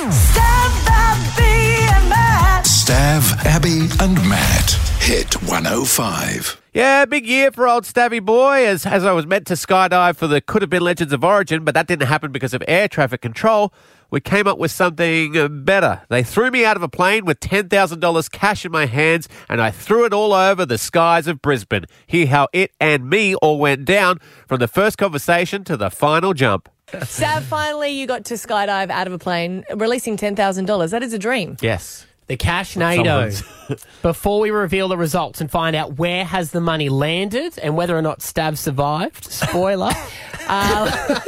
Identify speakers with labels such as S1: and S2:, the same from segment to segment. S1: Stav, Abby, and Matt.
S2: Stav, Abby, and Matt. Hit 105.
S3: Yeah, big year for old Stabby Boy, as, as I was meant to skydive for the Could Have Been Legends of Origin, but that didn't happen because of air traffic control. We came up with something uh, better. They threw me out of a plane with $10,000 cash in my hands, and I threw it all over the skies of Brisbane. Hear how it and me all went down from the first conversation to the final jump.
S4: Sav, finally, you got to skydive out of a plane, releasing ten thousand dollars. That is a dream.
S3: Yes.
S5: The cash nado. Before we reveal the results and find out where has the money landed and whether or not Stab survived. Spoiler. uh,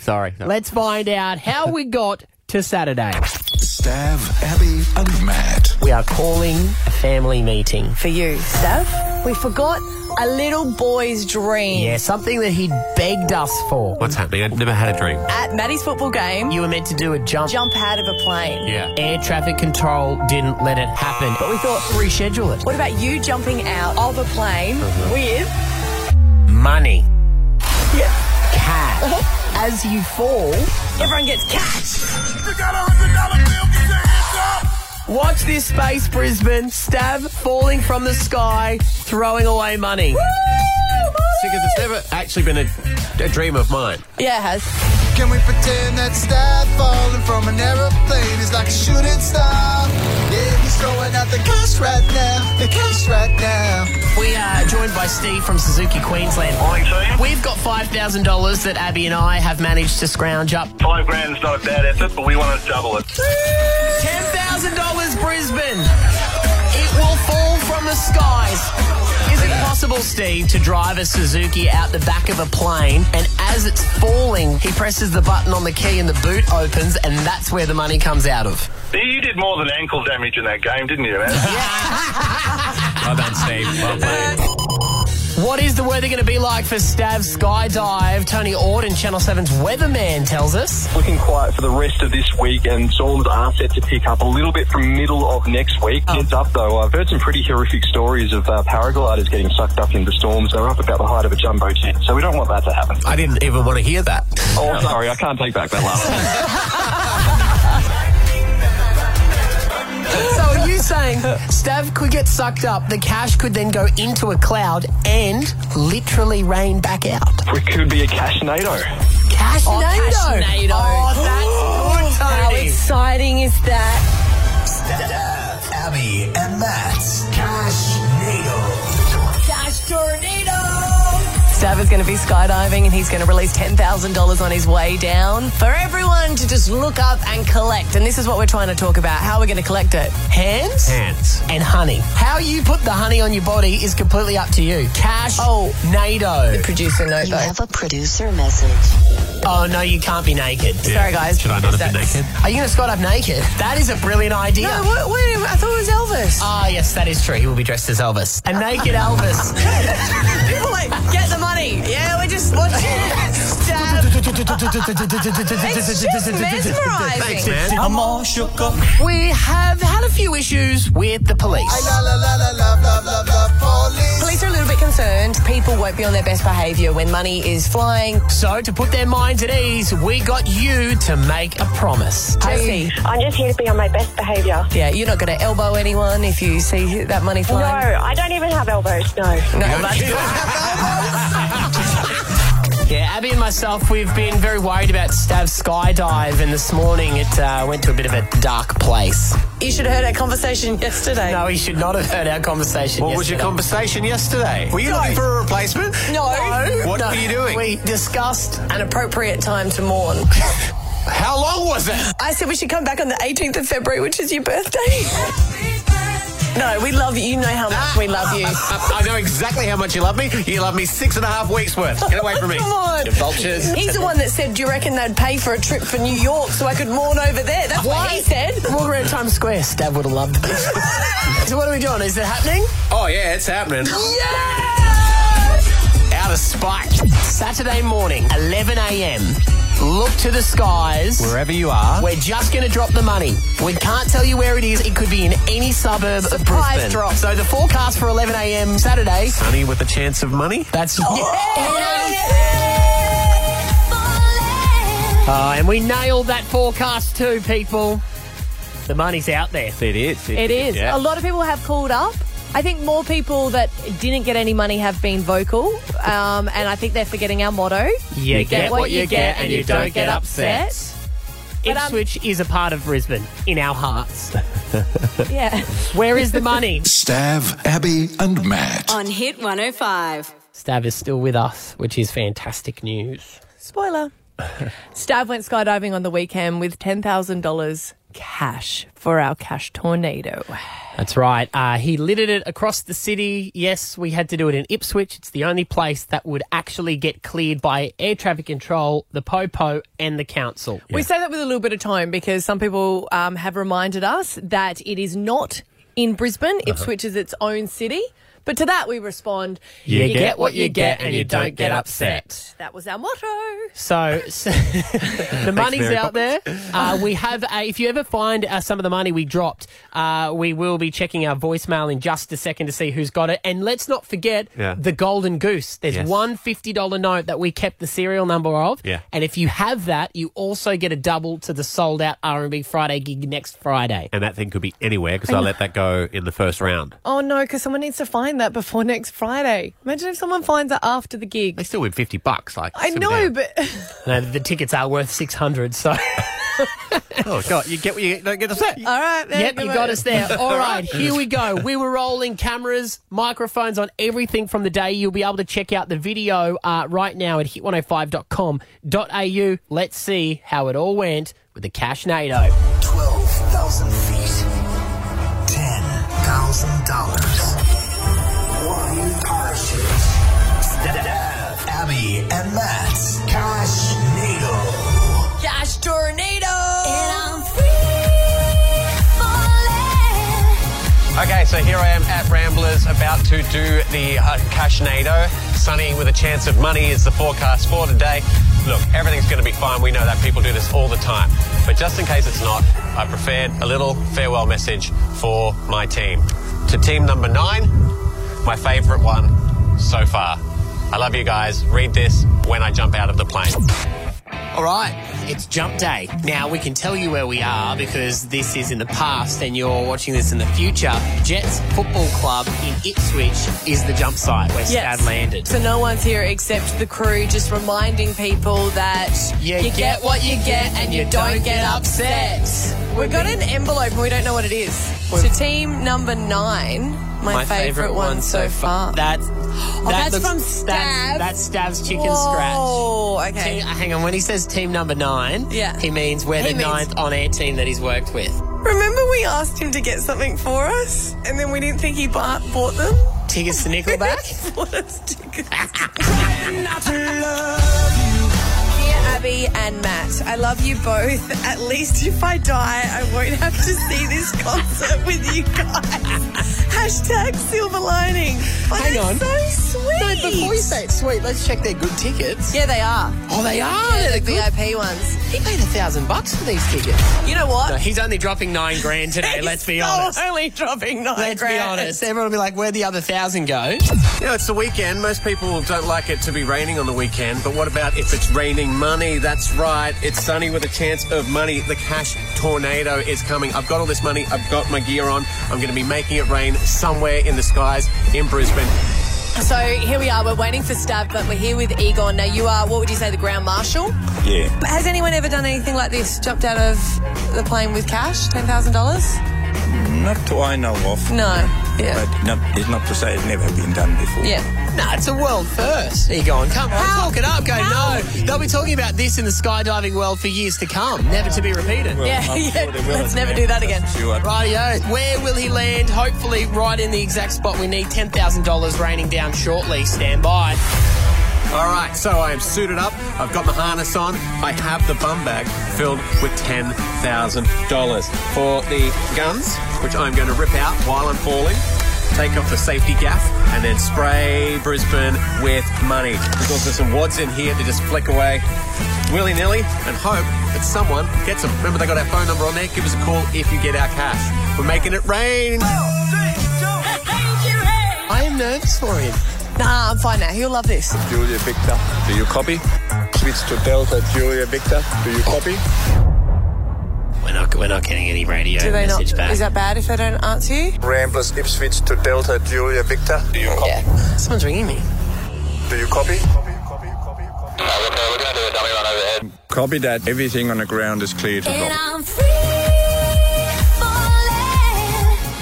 S3: Sorry.
S5: let's find out how we got to Saturday.
S2: Stav, Abby, and Matt.
S5: We are calling a family meeting.
S4: For you, Sav, we forgot a little boy's dream.
S5: Yeah, something that he begged us for.
S3: What's happening? I never had a dream.
S4: At Maddie's football game,
S5: You were meant to do a jump.
S4: jump out of a plane.
S3: Yeah.
S5: Air traffic control didn't let it happen. But we thought reschedule it.
S4: What about you jumping out of a plane with?
S5: Money. Uh-huh. Cash. As you fall,
S4: Everyone gets cash.
S5: Watch this space, Brisbane. Stab falling from the sky, throwing away money.
S3: Because it's never actually been a, a dream of mine.
S4: Yeah, it has.
S6: Can we pretend that stab falling from an aeroplane is like a shooting star? Yeah, he's throwing out the cash right now, the cash right now.
S5: We are joined by Steve from Suzuki Queensland. We've got five thousand dollars that Abby and I have managed to scrounge up.
S7: Five grand's not a bad effort, but we want to double it.
S5: Ten thousand dollars, Brisbane. It will fall from the skies. Is it possible, Steve, to drive a Suzuki out the back of a plane and as it's falling, he presses the button on the key and the boot opens and that's where the money comes out of?
S7: You did more than ankle damage in that game, didn't you, man?
S3: Well done, Steve. Well played.
S5: What is the weather going to be like for Stav Skydive? Tony Auden, Channel 7's weatherman, tells us.
S8: looking quiet for the rest of this week, and storms are set to pick up a little bit from middle of next week.
S3: Oh.
S8: Heads up, though, I've heard some pretty horrific stories of uh, paragliders getting sucked up into storms. They're up about the height of a jumbo jet, so we don't want that to happen.
S3: I didn't even want to hear that.
S8: Oh, sorry, I can't take back that last. one.
S5: So are you saying Stav could get sucked up, the cash could then go into a cloud and literally rain back out?
S8: we could be a cash NATO.
S5: Cash oh,
S4: Cashnado.
S5: Cashnado. Oh, that's
S4: How
S5: good, Tony.
S4: exciting is that?
S2: Abby and Matt. Cash
S4: Cash tornado. Stav is going to be skydiving and he's going to release $10,000 on his way down for everyone to just look up and collect. And this is what we're trying to talk about how we're going to collect it.
S5: Hands
S3: Hands.
S5: and honey. How you put the honey on your body is completely up to you. Cash.
S4: Oh.
S5: NATO.
S4: Producer note
S9: You
S4: though.
S9: have a producer message.
S5: Oh, no, you can't be naked.
S4: Sorry, guys.
S3: Should I not have been
S4: That's-
S3: naked?
S5: Are you going to skydive naked? That is a brilliant idea.
S4: No, wait, wait, I thought it was Elvis.
S5: Ah, yes, that is true. He will be dressed as Elvis. A naked Elvis.
S4: People are like, get the money. Yeah, we're just watching it. Stav. It's just mesmerizing.
S3: Thanks, man.
S5: We have had a few issues with the
S6: La
S5: police.
S6: la la la love, love, love, love, police.
S4: Police are a little bit concerned. People won't be on their best behaviour when money is flying.
S5: So, to put their minds at ease, we got you to make a promise.
S4: Jesse,
S10: I'm just here to be on my best behaviour.
S4: yeah, you're not going to elbow anyone if you see that money
S10: No,
S4: flying.
S10: I don't even have elbows. No.
S4: No, that's
S5: Yeah, Abby and myself, we've been very worried about Stav's skydive, and this morning it uh, went to a bit of a dark place.
S4: You should have heard our conversation yesterday.
S5: No, he should not have heard our conversation.
S3: What was your
S5: yesterday.
S3: conversation yesterday? Were you looking for a replacement?
S4: No.
S3: What
S5: No.
S3: were you doing?
S5: We discussed.
S4: An appropriate time to mourn.
S3: How long was it?
S4: I said we should come back on the 18th of February, which is your birthday. No, we love you. You know how much we love you.
S3: I know exactly how much you love me. You love me six and a half weeks worth. Get away from me.
S4: Come on.
S3: You vultures.
S4: He's the one that said, Do you reckon they'd pay for a trip for New York so I could mourn over there? That's what, he said.
S5: Walk around Times Square. Stav would have loved this. so, what are we doing? Is it happening?
S3: Oh, yeah, it's happening.
S5: Out of spike. Saturday morning, 11 a.m. Look to the skies.
S3: Wherever you are.
S5: We're just going to drop the money. We can't tell you where it is. It could be in any suburb of Brisbane.
S4: drop.
S5: So the forecast for 11 a.m. Saturday.
S3: Honey with a
S5: Oh.
S3: chance of money.
S5: That's
S4: Yeah.
S5: Uh, and we nailed that forecast too, people. The money's out there.
S3: It is.
S4: It is. A lot of people have called up. I think more people that didn't get any money have been vocal, um, and I think they're forgetting our motto.
S5: You get what you get and you don't get upset.
S4: But, um,
S5: Ipswich is a part of Brisbane in our hearts.
S4: Yeah.
S5: Where is the money?
S2: Stav, Abby, and Matt.
S11: On Hit 105.
S5: Stav is still with us, which is fantastic news.
S4: Spoiler. Stav went skydiving on the weekend with $10,000 cash for our cash tornado.
S5: That's right. Uh, he littered it across the city. Yes, we had to do it in Ipswich. It's the only place that would actually get cleared by air traffic control, the POPO, and the council.
S4: We say that with a little bit of tone because some people um, have reminded us that it is not in Brisbane.
S5: Uh-huh.
S4: Ipswich is its own city. But to that we respond,
S5: You get what you get and you don't get upset.
S4: That was our motto.
S5: So, so the money's
S3: Mary
S5: out there. Uh, we have, uh, if you ever find uh, some of the money we dropped, uh, we will be checking our voicemail in just a second to see who's got it. And let's not forget
S3: Yeah.
S5: the golden goose. There's
S3: Yes.
S5: one fifty dollar note that we kept the serial number of.
S3: Yeah.
S5: And if you have that, you also get a double to the sold out R and B Friday gig next Friday.
S3: And that thing could be anywhere because I let that go in the first round.
S4: Oh no, because someone needs to find that before next Friday. Imagine if someone finds it after the
S3: They
S4: gig.
S3: still win 50 bucks. Like
S4: I
S3: sit
S4: know,
S3: down.
S4: but
S5: Now, the tickets are worth six hundred. So.
S3: Oh, God. You get what you get, don't get upset.
S4: all right. there
S5: Yep,
S4: go.
S5: you got us there. All right, here we go. We were rolling cameras, microphones on everything from the day. You'll be able to check out the video uh, right now at hit105.com.au. Let's see how it all went with the Cash NATO.
S12: 12,000 feet. $10,000. One parachute. Staff, Abby, and Matt. Cash needle.
S11: Cash Tornado. And I'm free
S13: Okay, so here I am at Ramblers, about to do the uh, Cashnado. Sunny with a chance of money is the forecast for today. Look, everything's going to be fine. We know that people do this all the time. But just in case it's not, I prepared a little farewell message for my team. To team number nine, my favourite one so far. I love you guys. Read this when I jump out of the plane.
S5: All right, it's jump day. Now we can tell you where we are because this is in the past and you're watching this in the future. Jets Football Club in Ipswich is the jump site where
S4: Yes.
S5: Stav landed.
S4: So no one's here except the crew just reminding people that
S5: You get
S4: what you get and you don't get upset. We've got an envelope and we don't know what it is. So team number nine, my, favourite one so far. Oh,
S5: Oh, That's
S4: that's from Stav.
S5: That's, that's Stav's chicken
S4: Oh,
S5: scratch.
S4: okay.
S5: Team- hang on, when he says team number nine,
S4: Yeah.
S5: he means we're
S4: He
S5: the
S4: means-
S5: ninth on air team that he's worked with.
S4: Remember we asked him to get something for us and then we didn't think he bought, bought them?
S5: Tickets to Nickelback.
S4: Bought us tickets. Dear Abby and Matt, I love you both. At least if I die, I won't have to see this concert with you guys. Hashtag silver lining. Oh,
S5: Hang
S4: that's
S5: on.
S4: so sweet.
S5: it sweet, let's check their good tickets.
S4: yeah, they are.
S5: Oh, they are.
S4: They're
S5: They're
S4: the VIP ones.
S5: He paid a thousand bucks for these tickets.
S4: You know what?
S5: No, he's only dropping nine grand today. let's be honest.
S4: only dropping 9
S5: Let's be honest. Everyone will be like, "Where'd the other thousand go?"
S13: You know, it's the weekend. Most people don't like it to be raining on the weekend, but what about if it's raining money? That's right. It's sunny with a chance of money. The cash tornado is coming. I've got all this money. I've got my gear on. I'm going to be making it rain somewhere in the skies in Brisbane.
S4: So here we are. We're waiting for Stav, but we're here with Egon. Now you are, what would you say, the ground marshal?
S8: Yeah.
S4: Has anyone ever done anything like this? Jumped out of the plane with cash, ten thousand dollars?
S12: Not to I know of,
S4: No.
S12: but
S4: Yeah.
S12: not, it's not to say it's never been done before.
S4: Yeah.
S5: No, it's a world first. Egon, come on, talk it up. Go, no. They'll be talking about this in the skydiving world for years to come, never to be repeated.
S12: Well,
S4: Yeah,
S12: I'm
S4: yeah.
S12: sure they will
S4: Let's
S12: at
S4: never
S12: the
S4: do
S12: end,
S4: that again.
S12: that's for Sure.
S5: Rightio, where will he land? Hopefully, right in the exact spot we need. $10,000 raining down shortly. Stand by.
S13: All right, so I am suited up. I've got my harness on. I have the bum bag filled with $10,000 for the guns, which I'm going to rip out while I'm falling. Take off the safety gaff and then spray Brisbane with money. There's also some wads in here to just flick away willy nilly and hope that someone gets them. Remember, they got our phone number on there. Give us a call if you get our cash. We're making it rain.
S5: I am nervous for him.
S4: Nah, I'm fine now. He'll love this.
S12: Julia Victor, do you copy?
S8: switch to Delta Julia Victor. Do you copy?
S5: We're not, we're not getting any radio
S6: Do they not?
S5: message back.
S6: Is that bad if they don't answer you?
S8: Ramblers Ipswich to Delta Julia Victor. Do you copy?
S5: Someone's ringing me.
S8: Do you copy? Copy that. Everything on the ground is clear to
S9: And
S8: copy.
S9: I'm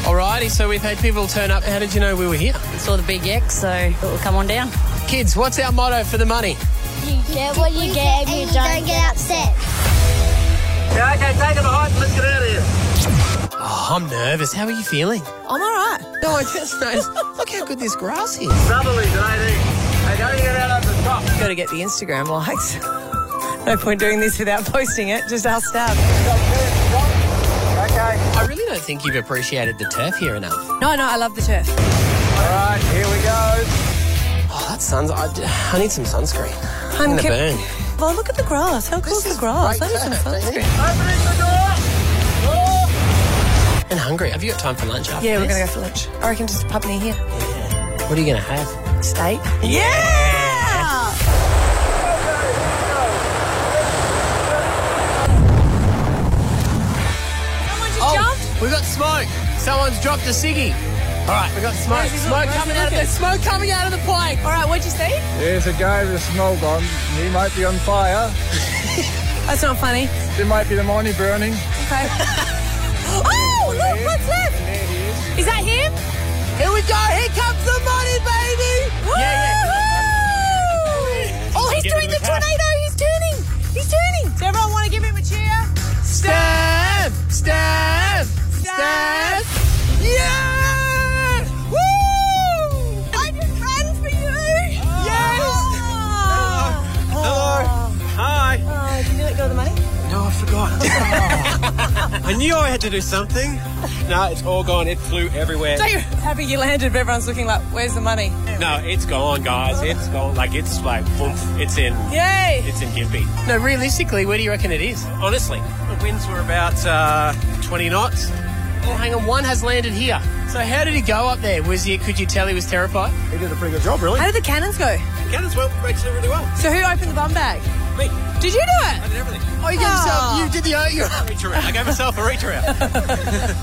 S5: Alrighty, so we've had people turn up. How did you know we were here?
S14: Saw the big X, so it'll come on down.
S5: Kids, what's our motto for the money?
S9: You get what you get and you don't get upset.
S5: Yeah, okay, take it hot and let's get out of here. Oh, I'm nervous. How are you feeling?
S6: I'm all right.
S5: No, I just noticed. Look how good this grass is.
S6: Southerlies
S5: at 18. Hey, don't get out over the top.
S6: Got to get the Instagram likes. no point doing this without posting it. Just ask Stab.
S5: Okay. I really don't think you've appreciated the turf here enough.
S6: No, no, I love the turf.
S5: All right, here we go. Oh, that sun's. I, I need some sunscreen. I'm gonna
S6: can-
S5: burn.
S6: Well, look at the grass. How cool is the grass? That is some sunscreen.
S5: And hungry. Have you got time for lunch after
S6: Yeah, we're
S5: this?
S6: going to go for lunch. I reckon just pub me here.
S5: go. What are you gonna have?
S6: Steak.
S5: Yeah! Oh, we got smoke. Someone's dropped a ciggy. All right, we got smoke.
S6: Where's his-
S5: Smoke
S6: where's
S5: coming
S6: his
S5: out of the
S6: bucket?
S5: smoke coming out of the plane.
S6: All right, what'd you see?
S8: There's a guy with smoke on. He might be on fire.
S6: That's not funny.
S8: There might be the money burning.
S6: Okay. oh, look, what's left? Is that him?
S5: Here we go. Here comes the money, baby.
S6: Woo! Oh, he's
S5: Give
S6: doing
S5: him
S6: the
S5: a clap.
S6: tornado. He's turning. He's turning. Does everyone want to give him a cheer?
S5: Stab! Stab!
S6: Stab! Yeah! Woo! I just ran for you. Yes.
S15: Hello. Hi.
S6: Oh, did you let go of the money?
S15: No, I forgot. I knew I had to do something. No, it's all gone. It flew everywhere.
S6: So you're happy you landed, but everyone's looking like, where's the money?
S15: No, it's gone, guys. It's gone. Like it's like, boom, it's in.
S6: Yay!
S15: It's in Gimpy.
S5: No, realistically, where do you reckon it is?
S15: Honestly, the winds were about uh, 20 knots.
S5: Oh, hang on. One has landed here. So how did he go up there? Was he? Could you tell he was terrified?
S15: He did a pretty good job, really.
S6: How did the cannons go?
S15: Cannons went actually really well.
S6: So who opened the bum bag?
S15: Me.
S6: Did you do it?
S15: I did everything.
S5: Oh, you gave yourself.
S6: Ah.
S5: You did the. uh, You,
S15: Reach around. I gave myself a reach around.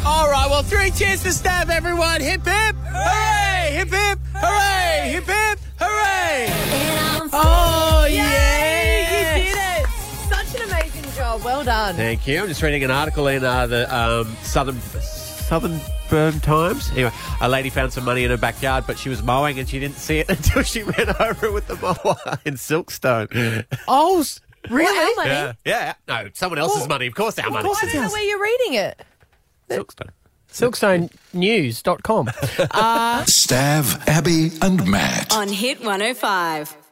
S5: all right. Well, three cheers for stab, everyone. Hip hip. Hooray! Hip hip. Hooray! Hip hip. Hooray! Oh yeah!
S6: You did it. Such an amazing job. Well done.
S13: Thank you. I'm just reading an article in uh, the um, Southern Southern Burn Times. Anyway, a lady found some money in her backyard, but she was mowing and she didn't see it until she ran over it with the mower in Silkstone.
S5: Oh, really?
S6: What, our money?
S13: Yeah, yeah. No, someone else's
S6: Well,
S13: money. Of course, our money.
S6: I don't know where you're reading it.
S13: Silkstone.
S5: Silkstonenews.com.
S12: Stav, Abby, and Matt.
S9: On Hit 105.